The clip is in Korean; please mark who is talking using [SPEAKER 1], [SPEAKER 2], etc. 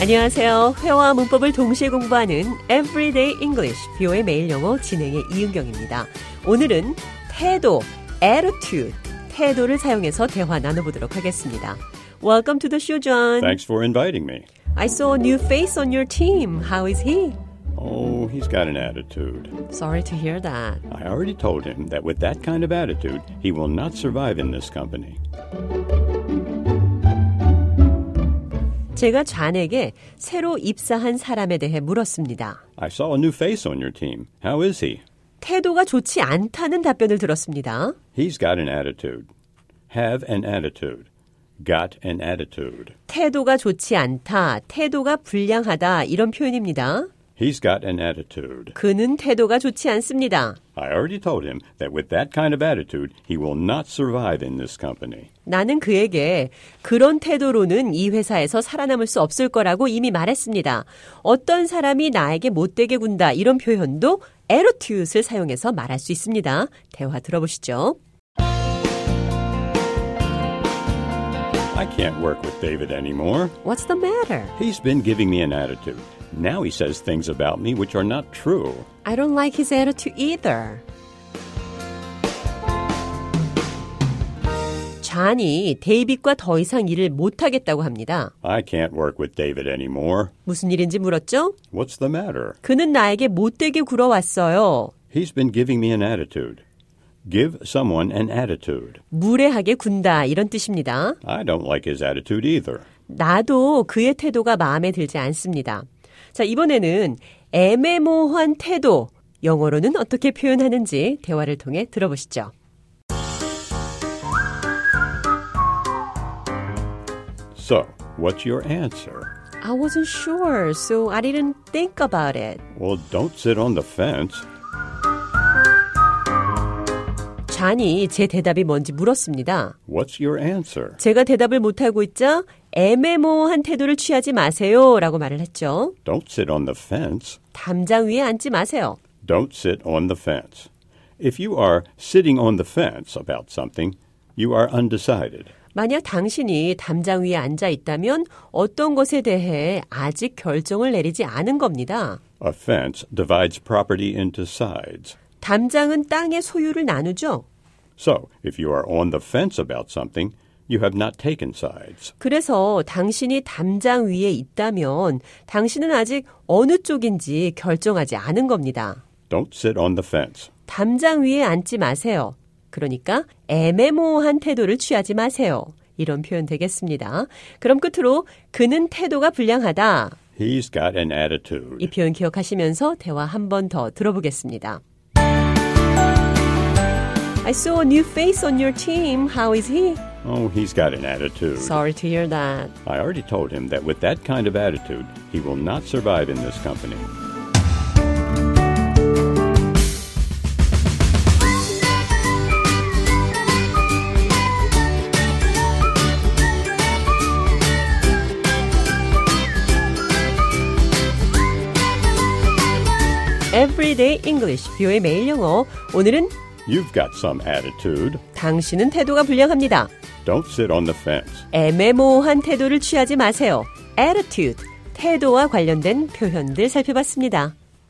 [SPEAKER 1] 안녕하세요. 회화와 문법을 동시에 공부하는 Everyday English, 뷰의 매일 영어 진행의 이은경입니다. 오늘은 태도, attitude, 태도를 사용해서 대화 나눠보도록 하겠습니다. Welcome to the show, John.
[SPEAKER 2] Thanks for inviting me.
[SPEAKER 1] I saw a new face on your team. How is he?
[SPEAKER 2] Oh, he's got an attitude.
[SPEAKER 1] Sorry to hear that.
[SPEAKER 2] I already told him that with that kind of attitude, he will not survive in this company.
[SPEAKER 1] 제가 잔에게 새로 입사한 사람에 대해 물었습니다.
[SPEAKER 2] I saw a new face on your team. How is he?
[SPEAKER 1] 태도가 좋지 않다는 답변을 들었습니다.
[SPEAKER 2] He's got an attitude. Have an attitude. Got an attitude.
[SPEAKER 1] 태도가 좋지 않다, 태도가 불량하다 이런 표현입니다.
[SPEAKER 2] He's got an attitude.
[SPEAKER 1] 그는 태도가 좋지 않습니다.
[SPEAKER 2] I already told him that with that kind of attitude, he will not survive in this company.
[SPEAKER 1] 나는 그에게 그런 태도로는 이 회사에서 살아남을 수 없을 거라고 이미 말했습니다. 어떤 사람이 나에게 못되게 군다 이런 표현도 에로티웃을 사용해서 말할 수 있습니다. 대화 들어보시죠.
[SPEAKER 2] I can't work with David anymore.
[SPEAKER 1] What's the matter?
[SPEAKER 2] He's been giving me an attitude. Now he says things about me which are not true.
[SPEAKER 1] I don't like his attitude either. 잔이 데이빗과 더 이상 일을 못하겠다고 합니다.
[SPEAKER 2] I can't work with David anymore.
[SPEAKER 1] 무슨 일인지 물었죠?
[SPEAKER 2] What's the matter?
[SPEAKER 1] 그는 나에게 못되게 굴어왔어요.
[SPEAKER 2] He's been giving me an attitude. Give someone an attitude.
[SPEAKER 1] 무례하게 군다 이런 뜻입니다.
[SPEAKER 2] I don't like his attitude either.
[SPEAKER 1] 나도 그의 태도가 마음에 들지 않습니다. 자, 이번에는 애매모호한 태도 영어로는 어떻게 표현하는지 대화를 통해 들어보시죠.
[SPEAKER 2] So, what's your answer?
[SPEAKER 1] I wasn't sure, so I didn't think about it.
[SPEAKER 2] Well, don't sit on the fence.
[SPEAKER 1] 잔이 제 대답이 뭔지 물었습니다.
[SPEAKER 2] What's your answer?
[SPEAKER 1] 제가 대답을 못하고 있자 애매모호한 태도를 취하지 마세요 라고 말을 했죠.
[SPEAKER 2] Don't sit on the fence.
[SPEAKER 1] 담장 위에 앉지 마세요.
[SPEAKER 2] Don't sit on the fence. If you are sitting on the fence about something, you are undecided.
[SPEAKER 1] 만약 당신이 담장 위에 앉아 있다면 어떤 것에 대해 아직 결정을 내리지 않은 겁니다.
[SPEAKER 2] A fence divides property into sides.
[SPEAKER 1] 담장은 땅의 소유를 나누죠.
[SPEAKER 2] So, if you are on the fence about something, you have not taken sides.
[SPEAKER 1] 그래서 당신이 담장 위에 있다면 당신은 아직 어느 쪽인지 결정하지 않은 겁니다.
[SPEAKER 2] Don't sit on the fence.
[SPEAKER 1] 담장 위에 앉지 마세요. 그러니까 애매모호한 태도를 취하지 마세요. 이런 표현 되겠습니다. 그럼 끝으로 그는 태도가 불량하다.
[SPEAKER 2] He's got an
[SPEAKER 1] 이
[SPEAKER 2] attitude.
[SPEAKER 1] 표현 기억하시면서 대화 한 번 더 들어보겠습니다. I saw a new face on your team. How is he?
[SPEAKER 2] Oh, he's got an attitude.
[SPEAKER 1] Sorry to hear that.
[SPEAKER 2] I already told him that with that kind of attitude, he will not survive in this company.
[SPEAKER 1] Everyday English, 뷰의 매일 영어. 오늘은
[SPEAKER 2] You've got some attitude.
[SPEAKER 1] 당신은 태도가 불량합니다.
[SPEAKER 2] Don't sit on the fence.
[SPEAKER 1] 애매모호한 태도를 취하지 마세요. Attitude, 태도와 관련된 표현들 살펴봤습니다.